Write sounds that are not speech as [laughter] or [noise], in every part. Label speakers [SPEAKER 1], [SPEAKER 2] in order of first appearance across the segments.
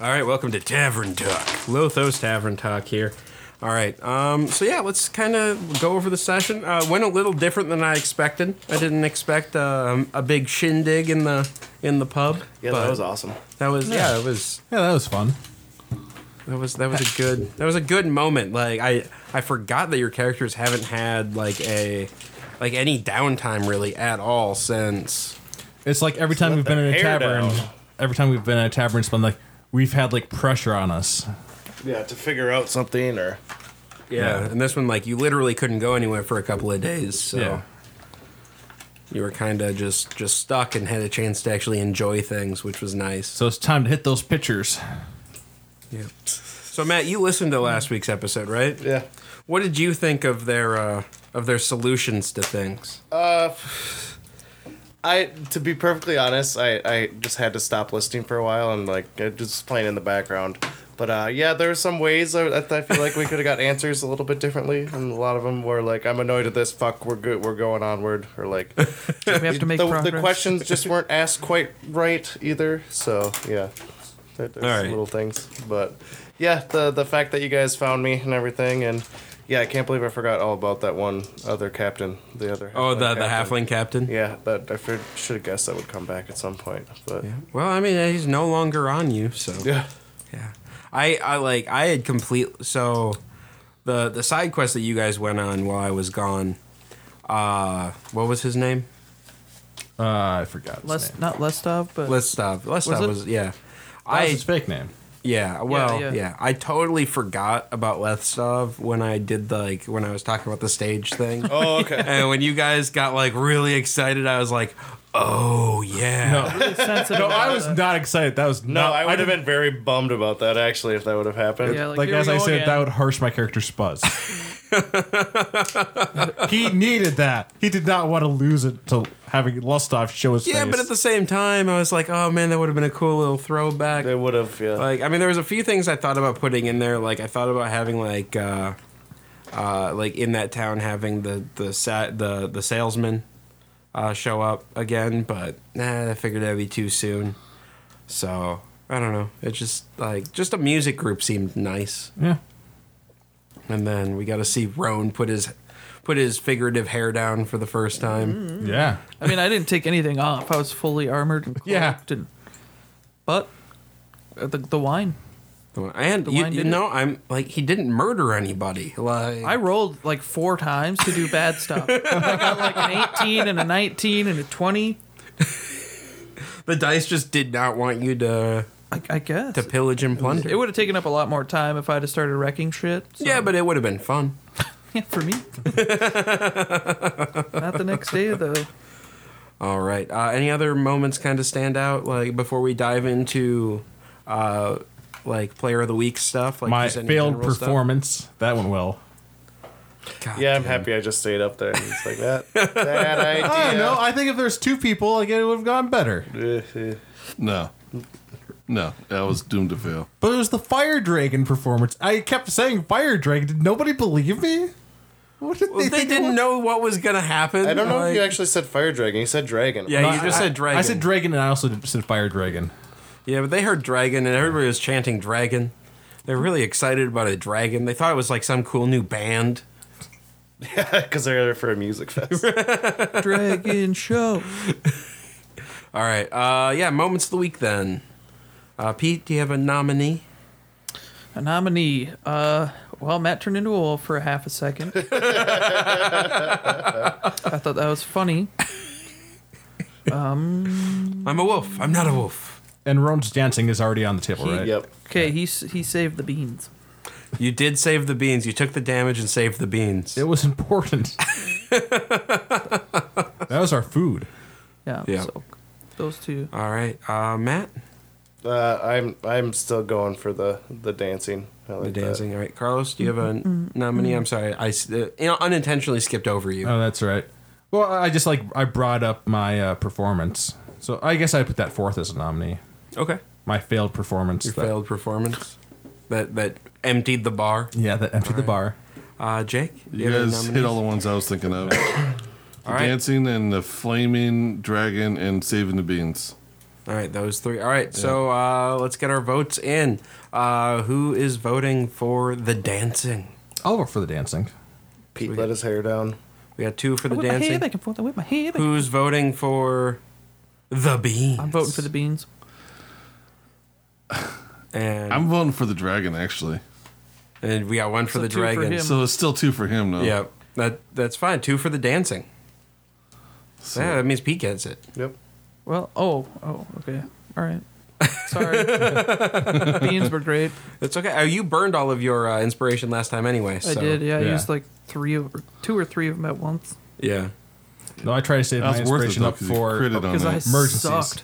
[SPEAKER 1] All right, welcome to Tavern Talk. Lothos Tavern Talk here. All right, um, so yeah, let's kind of go over the session. Uh, went a little different than I expected. I didn't expect um, a big shindig in the in the pub.
[SPEAKER 2] Yeah,
[SPEAKER 1] but
[SPEAKER 2] that was awesome.
[SPEAKER 1] That was yeah, it was
[SPEAKER 3] Yeah, that was fun.
[SPEAKER 1] that was that was a good that was a good moment. Like I I forgot that your characters haven't had like a like any downtime really at all since.
[SPEAKER 3] It's like every time
[SPEAKER 2] let
[SPEAKER 3] we've been
[SPEAKER 2] the
[SPEAKER 3] in a
[SPEAKER 2] hair
[SPEAKER 3] tavern,
[SPEAKER 2] down.
[SPEAKER 3] every time we've been in a tavern, it's been like we've had like pressure on us.
[SPEAKER 2] Yeah, to figure out something or
[SPEAKER 1] Yeah. and this one like you literally couldn't go anywhere for a couple of days. So
[SPEAKER 3] Yeah.
[SPEAKER 1] you were kind of just just stuck and had a chance to actually enjoy things, which was nice.
[SPEAKER 3] So it's time to hit those pitchers.
[SPEAKER 1] Yeah. So Matt, you listened to last week's episode, right?
[SPEAKER 2] yeah.
[SPEAKER 1] What did you think of their uh, of their solutions to things?
[SPEAKER 2] I to be perfectly honest, I, I just had to stop listening for a while and like it just playing in the background. But uh, yeah, there were some ways I, I feel like we could have got answers a little bit differently, and a lot of them were like, "I'm annoyed at this. Fuck, we're good. We're going onward," or like
[SPEAKER 4] We have to make
[SPEAKER 2] the,
[SPEAKER 4] progress.
[SPEAKER 2] the questions just weren't asked quite right either. So yeah, that, there's
[SPEAKER 1] All right.
[SPEAKER 2] little things, but yeah, the the fact that you guys found me and everything, and yeah, I can't believe I forgot all about that one other captain, the other.
[SPEAKER 1] Oh, the the
[SPEAKER 2] captain.
[SPEAKER 1] halfling captain.
[SPEAKER 2] Yeah, that I should have guessed that would come back at some point, but [laughs] yeah,
[SPEAKER 1] Well, I mean, he's no longer on you, so Yeah. I, I like I had complete so the the side quest that you guys went on while I was gone. Uh what was his name?
[SPEAKER 3] Uh, I forgot. His
[SPEAKER 4] Less,
[SPEAKER 3] name.
[SPEAKER 4] not less stuff, but
[SPEAKER 1] Let's stop. Let's
[SPEAKER 4] Was
[SPEAKER 1] stop
[SPEAKER 4] it-
[SPEAKER 1] was yeah.
[SPEAKER 3] That was
[SPEAKER 1] I
[SPEAKER 3] his fake name.
[SPEAKER 1] yeah, well, yeah,
[SPEAKER 4] yeah.
[SPEAKER 1] I totally forgot about Lethstov when I did the, like when I was talking about the stage thing.
[SPEAKER 2] Oh, okay.
[SPEAKER 1] And when you guys got like really excited, I was like, "Oh yeah."
[SPEAKER 3] No,
[SPEAKER 4] sensitive.
[SPEAKER 3] no, I was not excited. That
[SPEAKER 2] [laughs]
[SPEAKER 3] was
[SPEAKER 2] no,
[SPEAKER 3] not-
[SPEAKER 2] I would have
[SPEAKER 3] didn't-
[SPEAKER 2] been very bummed about that actually if that would have happened.
[SPEAKER 4] Yeah,
[SPEAKER 2] like,
[SPEAKER 4] like,
[SPEAKER 3] Like
[SPEAKER 4] here
[SPEAKER 3] as
[SPEAKER 4] we
[SPEAKER 3] I
[SPEAKER 4] go
[SPEAKER 3] said,
[SPEAKER 4] again.
[SPEAKER 3] that would harsh my
[SPEAKER 1] [laughs]
[SPEAKER 3] character's buzz. he needed that. He did not want to lose it to having Lustov show his
[SPEAKER 1] yeah,
[SPEAKER 3] face.
[SPEAKER 1] but at the same time, I was like, "Oh man, that would have been a cool little throwback."
[SPEAKER 2] they would have. Yeah,
[SPEAKER 1] Like, I mean, there was a few things I thought about putting in there. Like, I thought about having like, uh, uh, like in that town having the the sa- the the salesman uh, show up again, but nah, I figured that'd be too soon. So I don't know. It just like just a music group seemed nice,
[SPEAKER 3] yeah,
[SPEAKER 1] and then we got to see Roan put his put his figurative hair down for the first time.
[SPEAKER 3] yeah,
[SPEAKER 4] I mean, I didn't take anything off. I was fully armored. And
[SPEAKER 3] Yeah.
[SPEAKER 4] cloaked and- but uh, the, the wine.
[SPEAKER 1] The one- And you,
[SPEAKER 4] Mm-hmm. line
[SPEAKER 1] you
[SPEAKER 4] did it.
[SPEAKER 1] know, I'm like he didn't murder anybody. Like
[SPEAKER 4] I rolled like four times to do bad stuff. [laughs] I got like an 18 and a 19 and a 20.
[SPEAKER 1] the dice just did not want you to
[SPEAKER 4] I, I guess.
[SPEAKER 1] to pillage and plunder.
[SPEAKER 4] It would have taken up a lot more time if I'd have started wrecking shit. so-
[SPEAKER 1] Yeah, but it would have been fun.
[SPEAKER 4] Yeah, for me. [laughs] Not the next day though.
[SPEAKER 1] All right. Uh, any other moments kind of stand out, like before we dive into, uh, like player of the week stuff? Like
[SPEAKER 3] my
[SPEAKER 1] just any
[SPEAKER 3] failed
[SPEAKER 1] general stuff?
[SPEAKER 3] performance. That went well.
[SPEAKER 1] God
[SPEAKER 2] yeah, I'm
[SPEAKER 1] damn.
[SPEAKER 2] happy I just stayed up there. and It's like that. That idea.
[SPEAKER 3] I don't know. I think if there's two people, like it would have gone better.
[SPEAKER 2] [laughs] know.
[SPEAKER 5] No. No, I was doomed to fail.
[SPEAKER 3] But it was the fire dragon performance. I kept saying fire dragon. Did nobody believe me? What did
[SPEAKER 1] Well,
[SPEAKER 3] they,
[SPEAKER 1] they,
[SPEAKER 3] think it
[SPEAKER 1] didn't
[SPEAKER 3] was?
[SPEAKER 1] know what was gonna happen.
[SPEAKER 2] I don't know if you
[SPEAKER 1] like-
[SPEAKER 2] actually said fire dragon. You said dragon.
[SPEAKER 1] Yeah,
[SPEAKER 3] No,
[SPEAKER 2] [laughs]
[SPEAKER 1] you just
[SPEAKER 3] I-
[SPEAKER 1] said dragon.
[SPEAKER 3] I said dragon, and I also did- said fire dragon.
[SPEAKER 1] Yeah, but they heard dragon, and everybody was chanting dragon. They were really excited about a dragon. They thought it was like some cool new band.
[SPEAKER 2] because they're there for a music
[SPEAKER 1] [laughs]
[SPEAKER 2] fest.
[SPEAKER 4] Dragon show.
[SPEAKER 1] All right. Uh, yeah, moments of the week then. Uh, Pete, do you have a nominee?
[SPEAKER 4] A nominee. Uh, well, Matt turned into a wolf for a half a second. I thought that was funny.
[SPEAKER 1] I'm a wolf. I'm not a wolf.
[SPEAKER 3] And Ron's dancing is already on the table, right?
[SPEAKER 2] yep.
[SPEAKER 4] Okay, he s- he saved the beans.
[SPEAKER 1] You did save the beans. You took the damage and saved the beans.
[SPEAKER 3] It
[SPEAKER 1] [laughs]
[SPEAKER 3] was important. that was our food.
[SPEAKER 4] Yeah.
[SPEAKER 1] Yeah.
[SPEAKER 4] So those two.
[SPEAKER 1] All right, uh, Matt,
[SPEAKER 2] Uh, I'm I'm still going for the the dancing. I like
[SPEAKER 1] the
[SPEAKER 2] that.
[SPEAKER 1] dancing. All right, Carlos, do you have a
[SPEAKER 4] Mm-hmm.
[SPEAKER 1] nominee? I'm sorry, I s- uh, you know, unintentionally skipped over you.
[SPEAKER 3] Oh, that's right. Well, I just like I brought up my uh, performance, so I guess I put that forth as a nominee.
[SPEAKER 1] okay,
[SPEAKER 3] My failed performance.
[SPEAKER 1] your
[SPEAKER 3] that-
[SPEAKER 1] failed performance that that emptied the bar.
[SPEAKER 3] Yeah, that emptied the bar.
[SPEAKER 1] Uh, Jake, do
[SPEAKER 5] You
[SPEAKER 1] have any
[SPEAKER 5] guys hit
[SPEAKER 1] nominees?
[SPEAKER 5] all the ones I was
[SPEAKER 1] [coughs]
[SPEAKER 5] thinking of.
[SPEAKER 1] All right.
[SPEAKER 5] Dancing and the flaming dragon and saving the beans.
[SPEAKER 1] All right, those three. All right, so uh, let's get our votes in. Uh, who is voting for the dancing?
[SPEAKER 3] I'll vote for the dancing.
[SPEAKER 2] Pete let his hair down.
[SPEAKER 1] We got two for the
[SPEAKER 4] whip my hair
[SPEAKER 1] dancing.
[SPEAKER 4] back and forth. I whip my hair back.
[SPEAKER 1] Who's voting for the bean?
[SPEAKER 4] I'm voting for the beans.
[SPEAKER 1] And,
[SPEAKER 5] I'm voting for the dragon actually.
[SPEAKER 1] and we got one for
[SPEAKER 4] So
[SPEAKER 1] the
[SPEAKER 4] two for
[SPEAKER 1] dragon.
[SPEAKER 4] him.
[SPEAKER 5] So it's still two for him though.
[SPEAKER 1] Yeah, that that's fine. Two for the dancing.
[SPEAKER 5] So-
[SPEAKER 1] yeah, that means Pete gets it.
[SPEAKER 2] Yep.
[SPEAKER 4] Well, oh, oh, okay, all right. Sorry, beans were great.
[SPEAKER 1] That's okay. Oh, you burned all of your uh, inspiration last time anyway.
[SPEAKER 4] I
[SPEAKER 1] So.
[SPEAKER 4] did. Yeah, I
[SPEAKER 3] yeah.
[SPEAKER 4] used like three of, or two or three of them at once
[SPEAKER 1] Yeah.
[SPEAKER 3] No, I try to save
[SPEAKER 5] That
[SPEAKER 3] my
[SPEAKER 5] was worth it
[SPEAKER 3] inspiration
[SPEAKER 5] though
[SPEAKER 3] up
[SPEAKER 5] because you critted
[SPEAKER 3] for.
[SPEAKER 5] on
[SPEAKER 4] because I
[SPEAKER 5] that.
[SPEAKER 3] Emergencies.
[SPEAKER 4] sucked.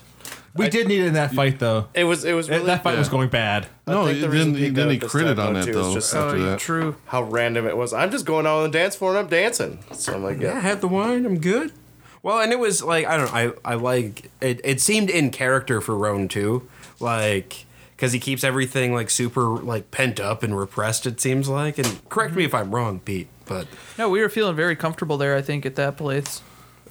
[SPEAKER 3] We did need it in that fight though.
[SPEAKER 2] It was it was
[SPEAKER 3] That-
[SPEAKER 2] really
[SPEAKER 3] that fight was going bad.
[SPEAKER 5] no,
[SPEAKER 2] think the
[SPEAKER 5] then,
[SPEAKER 2] reason
[SPEAKER 5] he,
[SPEAKER 2] he
[SPEAKER 5] then
[SPEAKER 2] got
[SPEAKER 5] he
[SPEAKER 2] it this time,
[SPEAKER 5] critted
[SPEAKER 2] though,
[SPEAKER 5] on that
[SPEAKER 2] too, is
[SPEAKER 5] though.
[SPEAKER 2] just-
[SPEAKER 5] after
[SPEAKER 4] Oh, [laughs]
[SPEAKER 5] that.
[SPEAKER 4] true.
[SPEAKER 2] how random it was. I'm just going out on the dance floor and I'm dancing. So I'm like,
[SPEAKER 1] Yeah, I
[SPEAKER 2] yeah.
[SPEAKER 1] had the wine. I'm good. Well, and it was like I don't know. I I like it. It seemed in character for Roan too, like because he keeps everything like super like pent up and repressed. It seems like. And correct me if I'm wrong, Pete, but
[SPEAKER 4] No, we were feeling very comfortable there. I think at that place.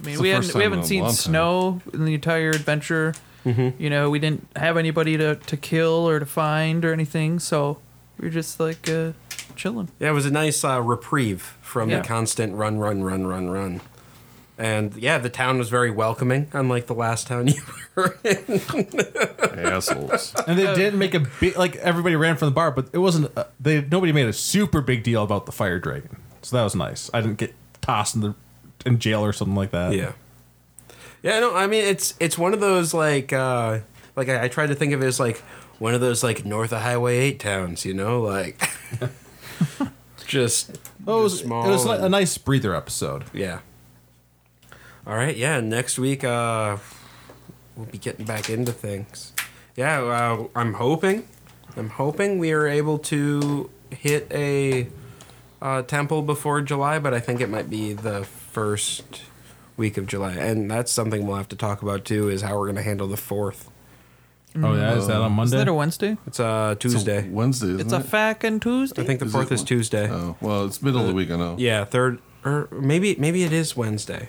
[SPEAKER 4] I mean,
[SPEAKER 5] the
[SPEAKER 4] we hadn't
[SPEAKER 5] first
[SPEAKER 4] we
[SPEAKER 5] time
[SPEAKER 4] haven't
[SPEAKER 5] in a
[SPEAKER 4] seen
[SPEAKER 5] long time.
[SPEAKER 4] snow in the entire adventure.
[SPEAKER 1] Mm-hmm.
[SPEAKER 4] You know, we didn't have anybody to, to kill or to find or anything, so we were just like uh, chilling.
[SPEAKER 1] yeah, it was a nice uh, reprieve from
[SPEAKER 4] Yeah.
[SPEAKER 1] the constant run, run, run, run, run. And yeah, the town was very welcoming, unlike the last town [laughs] you were in.
[SPEAKER 5] assholes.
[SPEAKER 3] And they didn't make a big like everybody ran from the bar, but it wasn't. Uh, they nobody made a super big deal about the fire dragon, so that was nice. I didn't get tossed in the in jail or something like that.
[SPEAKER 1] Yeah. Yeah, no, I mean it's it's one of those like uh like I, I tried to think of it as like one of those like north of Highway Eight towns, you know, like [laughs] just
[SPEAKER 3] Oh, it was,
[SPEAKER 1] small
[SPEAKER 3] it was like a
[SPEAKER 1] and-
[SPEAKER 3] nice breather episode.
[SPEAKER 1] yeah. All right, yeah. Next week, uh, we'll be getting back into things. Yeah, uh, I'm hoping, I'm hoping we are able to hit a uh, temple before July, but I think it might be the first week of July, and that's something we'll have to talk about too. Is how we're gonna handle the fourth.
[SPEAKER 3] Oh, yeah, is that on
[SPEAKER 4] Is
[SPEAKER 3] Monday?
[SPEAKER 4] that a Wednesday?
[SPEAKER 1] It's uh, Tuesday.
[SPEAKER 5] It's a Wednesday. Isn't
[SPEAKER 4] It's a
[SPEAKER 5] it?
[SPEAKER 4] fucking Tuesday.
[SPEAKER 1] I think the
[SPEAKER 5] Is
[SPEAKER 1] fourth
[SPEAKER 5] it
[SPEAKER 1] is
[SPEAKER 5] one-
[SPEAKER 1] Tuesday.
[SPEAKER 5] Oh well, it's middle of the week. I know.
[SPEAKER 1] Yeah, third or maybe maybe it is Wednesday.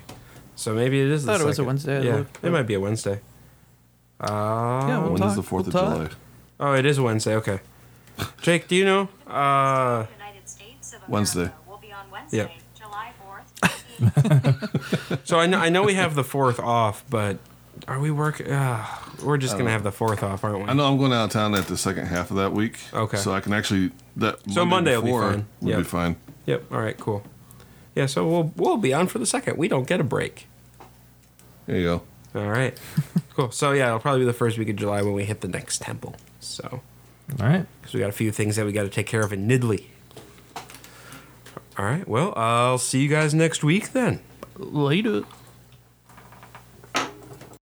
[SPEAKER 1] So maybe it is. the
[SPEAKER 4] Thought it was a
[SPEAKER 1] second.
[SPEAKER 4] Wednesday.
[SPEAKER 1] Yeah,
[SPEAKER 4] Look.
[SPEAKER 1] it might be a Wednesday. Uh,
[SPEAKER 4] yeah, we'll
[SPEAKER 5] When
[SPEAKER 4] talk.
[SPEAKER 5] is the Fourth
[SPEAKER 4] we'll
[SPEAKER 5] of
[SPEAKER 4] talk.
[SPEAKER 5] July?
[SPEAKER 1] oh, it is a Wednesday. Okay. Jake, do you know? Uh,
[SPEAKER 6] United States of America
[SPEAKER 5] Wednesday.
[SPEAKER 6] will be on Wednesday,
[SPEAKER 1] Yep.
[SPEAKER 6] July 4th.
[SPEAKER 1] so I know I know we have the fourth off, but are we work? Uh, we're just gonna have the fourth off, aren't we?
[SPEAKER 5] Oh. I know I'm going out of town at the second half of that week.
[SPEAKER 1] Okay.
[SPEAKER 5] So I can actually that.
[SPEAKER 1] So Monday will be
[SPEAKER 5] before
[SPEAKER 1] fine.
[SPEAKER 5] Would
[SPEAKER 1] Yep.
[SPEAKER 5] be fine.
[SPEAKER 1] Yep. All right. Cool. Yeah. So we'll we'll be on for the second. We don't get a break.
[SPEAKER 5] There you go.
[SPEAKER 1] All
[SPEAKER 5] [laughs]
[SPEAKER 1] right. cool. So yeah, it'll probably be the first week of July when we hit the next temple. So.
[SPEAKER 3] All right.
[SPEAKER 1] because we got a few things that we got to take care of in Nidley. All right. Well, I'll see you guys next week then.
[SPEAKER 4] Later.